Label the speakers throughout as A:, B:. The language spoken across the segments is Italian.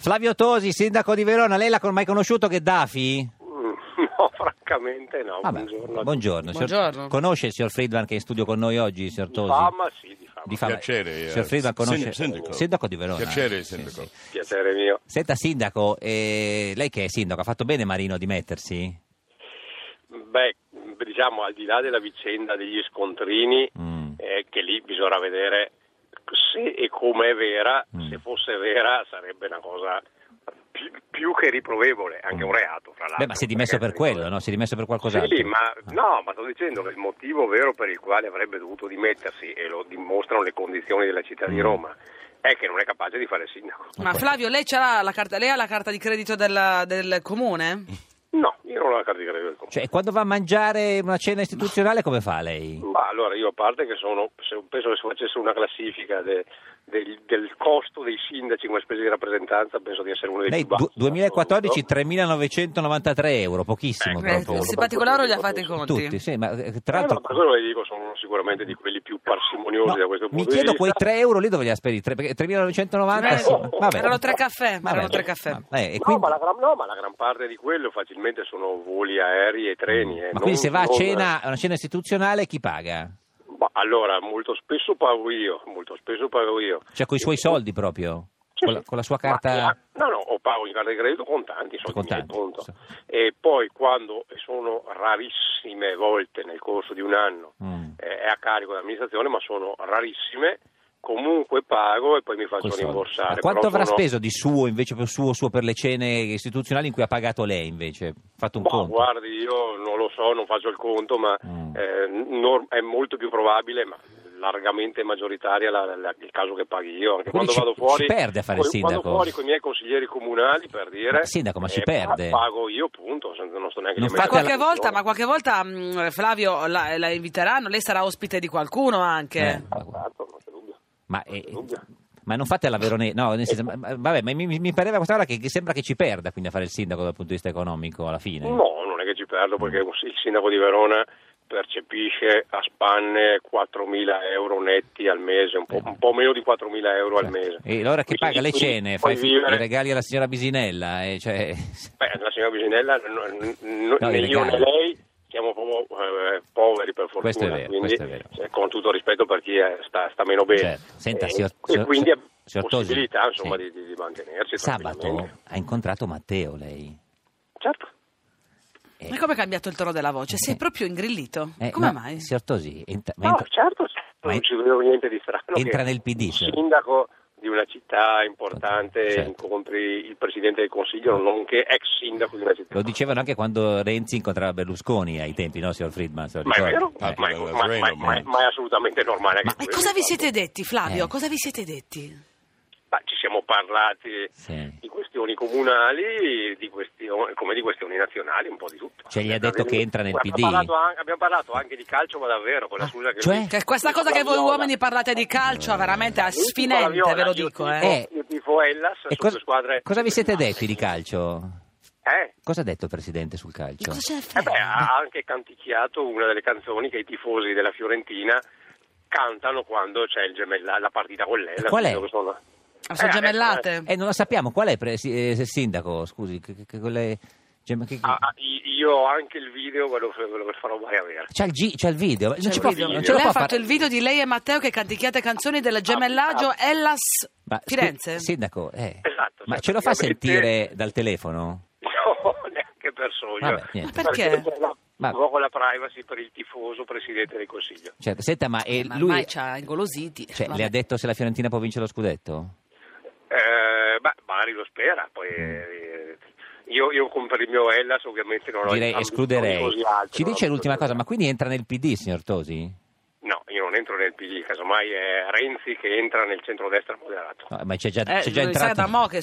A: Flavio Tosi, sindaco di Verona, lei l'ha con- mai conosciuto Gheddafi?
B: Mm, No, francamente no.
A: Vabbè,
B: buongiorno.
A: buongiorno. signor-
C: Buongiorno.
A: conosce il signor Friedman che è in studio con noi oggi, signor
B: Di
A: Tosi?
B: fama, sì, di fama.
A: Di fama.
D: Piacere, eh,
A: Signor Friedman conosce...
D: sin- sindaco.
A: di Verona.
D: Piacere,
A: eh, sì,
D: sindaco.
A: sì.
B: Piacere mio.
A: Senta, sindaco, eh, lei che è sindaco, ha fatto bene Marino a dimettersi?
B: Beh, diciamo, al di là della vicenda degli scontrini,
A: Mm.
B: eh, che lì bisogna vedere se e come è vera,
A: Mm.
B: se fosse vera sarebbe una cosa pi- più che riprovevole, anche un reato, fra l'altro.
A: Mm. Beh, ma si è dimesso
B: perché-
A: per quello, no? Si è dimesso per qualcos'altro.
B: Sì, ma
A: Ah.
B: no, ma sto dicendo che il motivo vero per il quale avrebbe dovuto dimettersi, e lo dimostrano le condizioni della città di
A: Mm. Ah,
B: Roma, è che non è capace di fare sindaco.
A: Ma
C: Ma
A: poi-
C: Flavio, lei, c'ha la carta, lei ha la carta di credito della- del
A: Mm.
C: comune? Eh,
B: No, io non ho la carta di credito del comune.
A: Cioè, e quando va a mangiare una cena istituzionale, come fa lei?
B: Ma allora io a parte che sono, se- penso che se facesse una classifica de- del, del costo dei sindaci come spese di rappresentanza penso di essere uno dei
A: Lei
B: più bassi.
A: du- 2014
B: assoluto.
A: 3.993 euro, pochissimo
B: Ecco,
C: Eh,
A: proprio.
C: se particolare gli ha fatti i conti.
A: Tutti, sì, ma eh,
B: Eh,
A: tra l'altro...
B: no, per quello le dico sono sicuramente di quelli più parsimoniosi
A: No,
B: da questo
A: mi
B: punto
A: chiedo
B: di
A: quei
B: vista.
A: 3 euro lì dove li ha spesi? Tre- perché 3.990
C: Eh,
A: sono- vabbè.
C: erano tre caffè,
A: Vabbè,
C: erano tre caffè.
A: ma- eh, e
B: No,
A: quindi-
B: ma la gran, no, ma la gran parte di quello facilmente sono voli aerei e treni. eh,
A: Mm, ma
B: non- eh.
A: quindi se va a
B: non-
A: cena, a una cena istituzionale, chi paga?
B: Ma allora, molto spesso pago io, molto spesso pago io.
A: Cioè, con i suoi soldi proprio?
B: Sì,
A: Con la,
B: sì.
A: con la sua
B: Ma- eh,
A: carta...
B: ma- no, no, o pago in carta di credito contanti, sono
A: Contanti,
B: conto.
A: sì.
B: E poi quando e sono rarissime volte nel corso di un anno
A: Mm.
B: eh, è a carico dell'amministrazione, ma sono rarissime, comunque pago e poi mi faccio
A: Col soldo.
B: rimborsare.
A: Ma quanto
B: Però
A: avrà
B: sono-
A: speso di suo invece per suo, suo per le cene istituzionali in cui ha pagato lei invece? Fatto un
B: Boh,
A: conto.
B: guardi, io non lo so, non faccio il conto, ma
A: Mm.
B: eh, nor- è molto più probabile, ma largamente maggioritaria la- la- il caso che paghi io. Anche
A: Quindi
B: quando
A: ci-
B: vado
A: ci
B: fuori,
A: perde a fare il
B: coi-
A: sindaco?
B: Quando fuori con i miei consiglieri comunali, per dire.
A: Ma sindaco, ma ci
B: eh,
A: perde?
B: pa- Pago io, punto. senza- Non sto neanche
A: Non
B: lì a
A: fate
C: Ma
B: mettere
C: qualche
B: la
C: volta,
B: questione.
C: ma qualche volta mh, Flavio la, la inviteranno, lei sarà ospite di qualcuno anche.
A: Eh, ma-
B: Esatto, non c'è dubbio.
A: Ma,
B: Non c'è
A: eh,
B: dubbio.
A: ma non fate la veronese, no, nel senso, ma- ma- vabbè, ma mi, mi- mi pareva questa ora che, che sembra che ci perda quindi a fare il sindaco dal punto di vista economico alla fine. Mm.
B: No, non è che ci perdo perché il sindaco di Verona percepisce a spanne 4.000 euro netti al mese, un po', un po' meno di 4.000 euro al
A: Eh. Certo.
B: mese.
A: E allora che
B: Quindi
A: paga le
B: tu
A: cene, fa
B: puoi
A: i,
B: vivere-
A: i regali alla signora Bisinella, eh, cioè...
B: Beh, la signora Bisinella, n- n-
A: No,
B: né
A: i
B: io né
A: regali.
B: lei siamo proprio eh, poveri per fortuna.
A: Questo è vero,
B: quindi,
A: questo è vero.
B: cioè, con tutto rispetto per chi è- sta, sta meno bene.
A: Certo. Senta,
B: Eh,
A: signor-
B: e
A: signor-
B: quindi ha
A: signor Tosi,
B: possibilità insomma,
A: sì.
B: di, di- di mantenersi.
A: Sabato
B: tranquillamente.
A: ha incontrato Matteo lei.
B: Certo.
A: Eh,
C: Ma come è cambiato il tono della voce? Sei proprio ingrillito.
A: eh,
C: Come
A: no,
C: mai?
A: Signor Tosi, entra- ma
B: No,
A: entra-
B: certo,
A: ma
B: non
A: en-
B: ci vedo niente di strano.
A: entra
B: che
A: nel PD,
B: un
A: certo.
B: Sindaco di una città importante,
A: Certo.
B: incontri il presidente del consiglio, nonché ex sindaco di una città.
A: Lo dicevano anche quando Renzi incontrava Berlusconi ai tempi, no, signor Friedman? Se lo
B: Ma è
A: ricorda?
B: vero?
A: Eh.
B: Ma, è-
D: quello
B: ma-
D: del
B: ma-
D: Reno,
B: ma-
D: eh.
B: ma è assolutamente normale.
A: Ma-
B: che
C: Ma
B: quello
C: cosa vi
B: sia
C: siete detti, Flavio?
A: Eh.
C: Cosa vi siete detti?
B: Ma ci siamo parlati
A: Sì.
B: di questioni comunali, di questioni, come di questioni nazionali, un po' di tutto.
A: Cioè, gli ha detto che entra nel
B: abbiamo
A: PD?
B: Parlato anche, abbiamo parlato anche di calcio, ma davvero, con la
A: Ah,
B: scusa che...
A: cioè?
C: Che questa cosa che voi
B: Guardiola.
C: uomini parlate di calcio è veramente
B: Io tifo la
C: sfinente,
B: Viola,
C: ve lo
B: io
C: dico.
B: tifo-
C: eh.
A: eh.
B: Io tifo Hellas,
A: E
B: sono
A: cos-
B: due squadre...
A: cosa vi siete detti di calcio?
B: Eh?
A: Cosa ha detto il Presidente sul
C: Ma
A: calcio?
C: cosa c'è da
B: Eh beh,
C: fare?
B: ha anche canticchiato una delle canzoni che i tifosi della Fiorentina cantano quando c'è il gemella- la partita con lei.
A: Qual è?
B: Sono...
C: Ma Ah, Sono
B: eh,
C: gemellate?
A: Eh, non lo sappiamo, qual è il sindaco? Scusi, che, che- che quelle- cioè, ma che-
B: Ah, ah, i- io ho anche il video, ve lo, ve lo farò mai avere.
A: C'è, il gi- c'è il video, non,
C: C'è
A: ci
C: Eh, il
A: può-
C: video.
A: non
B: Lei
A: ce lo
C: Lei
A: può
C: ha fatto
A: fare.
C: il video di lei e Matteo che canticchiate canzoni del gemellaggio
B: Ah,
C: Hellas
A: Ma, scu-
C: Firenze.
A: Sindaco, eh,
B: Esatto,
A: ma
B: certo,
A: ce lo fa
B: ovviamente-
A: sentire dal telefono?
B: No, neanche per sogno.
A: Vabbè, niente.
C: Ma perché?
B: c'è la-
A: Ma-
B: Un po' la privacy per il tifoso presidente del consiglio.
A: Certo, senta, ma, eh,
C: Ma
A: lui
C: ormai ci ha ingolositi.
A: cioè,
C: Vabbè.
A: le ha detto se la Fiorentina può vincere lo scudetto?
B: Eh, beh, Bari lo spera, poi...
A: Mm.
B: eh, io, io con per il mio Hellas ovviamente non ho
A: Direi
B: ambizioni così
A: escluderei. Ci
B: alte, non ho
A: dice
B: ambizioni
A: l'ultima
B: così
A: cosa,
B: alte.
A: ma quindi entra nel PD, signor Tosi?
B: No, io non entro nel PD, casomai è Renzi che entra nel centrodestra moderato.
A: No, ma c'è già,
C: Eh,
A: c'è già
C: lo sai
A: entrato. Eh,
C: da mo' che è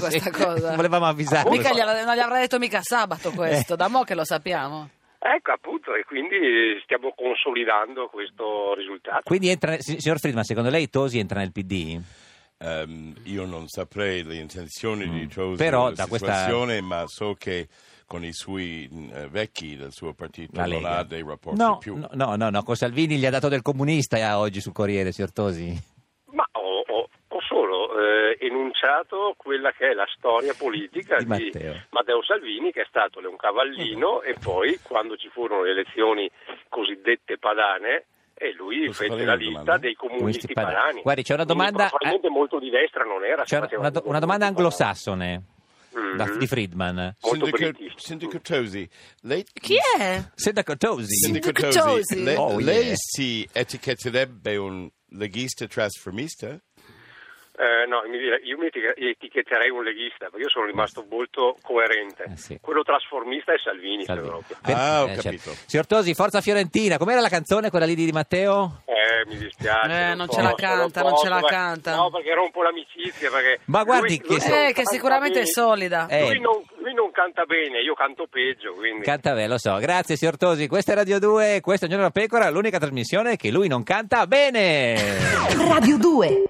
A: sì.
C: questa cosa.
A: Volevamo avvisarlo. Eh.
C: Mica gliela- non gli avrà detto mica sabato questo, da mo' che lo sappiamo.
B: Ecco appunto, e quindi stiamo consolidando questo risultato.
A: Quindi entra, si- signor Friedman, secondo lei Tosi entra nel PD?
D: Ehm, io non saprei le intenzioni
A: Mm.
D: di Tosi
A: Però
D: nella
A: da questa-
D: situazione, ma so che con i suoi eh, vecchi del suo partito
A: La
D: non
A: Lega.
D: ha dei rapporti
A: no,
D: più.
A: no, no, no, no, con Salvini gli ha dato del comunista eh, oggi sul Corriere, signor Tosi.
B: Ma ho, ho- ho solo eh, enunciato rovesciato quella che è la storia politica
A: Di
B: di,
A: Matteo.
B: Matteo Salvini, che è stato un cavallino e poi quando ci furono le elezioni cosiddette padane. E lui
D: Posso
B: fece
D: fare
B: la
D: una
B: lista
D: domanda?
B: dei
A: Comunisti
B: comunisti
A: padani.
B: padani.
A: Guardi, c'è una
B: Quindi
A: domanda-
B: Probabilmente molto di destra non era. se
A: C'è una,
B: faceva
A: una do-
B: dei
A: una domanda
B: comunisti
A: anglosassone
B: padani.
A: da-
B: Mhm.
A: di Friedman.
B: Molto
D: Sindaco,
B: british.
D: Sindaco Tosi, lei,
E: Chi è?
A: Sindaco Tosi.
E: Sì.
D: Sindaco
E: Sindaco
D: Tosi,
E: Tosi.
D: lei,
A: Oh,
D: lei
A: yeah.
D: si etichetterebbe un leghista trasformista?
B: Eh, no, mi dire- io mi etica- etichetterei un leghista perché io sono rimasto molto coerente.
A: Eh, sì.
B: Quello trasformista è Salvini,
A: Salvini.
B: proprio.
A: Per-
D: Ah, ho
A: eh,
D: capito.
A: certo. Signor Tosi, Forza Fiorentina, com'era la canzone quella lì di di Matteo?
B: Eh, mi dispiace.
C: Eh, non ce la
B: posso,
C: canta, non
B: posso,
C: ce la
B: ma-
C: canta.
B: No, perché rompo l'amicizia. Perché
A: Ma guardi
B: lui- lui
A: che-
B: non
C: Eh, che
B: canta
C: sicuramente è
B: bene.
C: solida.
A: Eh.
B: Lui, non, lui non canta bene, io canto peggio. Quindi.
A: Canta bene, lo so. Grazie, signor Tosi. Questa è Radio 2, questa è Giorno della Pecora, l'unica trasmissione che lui non canta bene.
F: Radio 2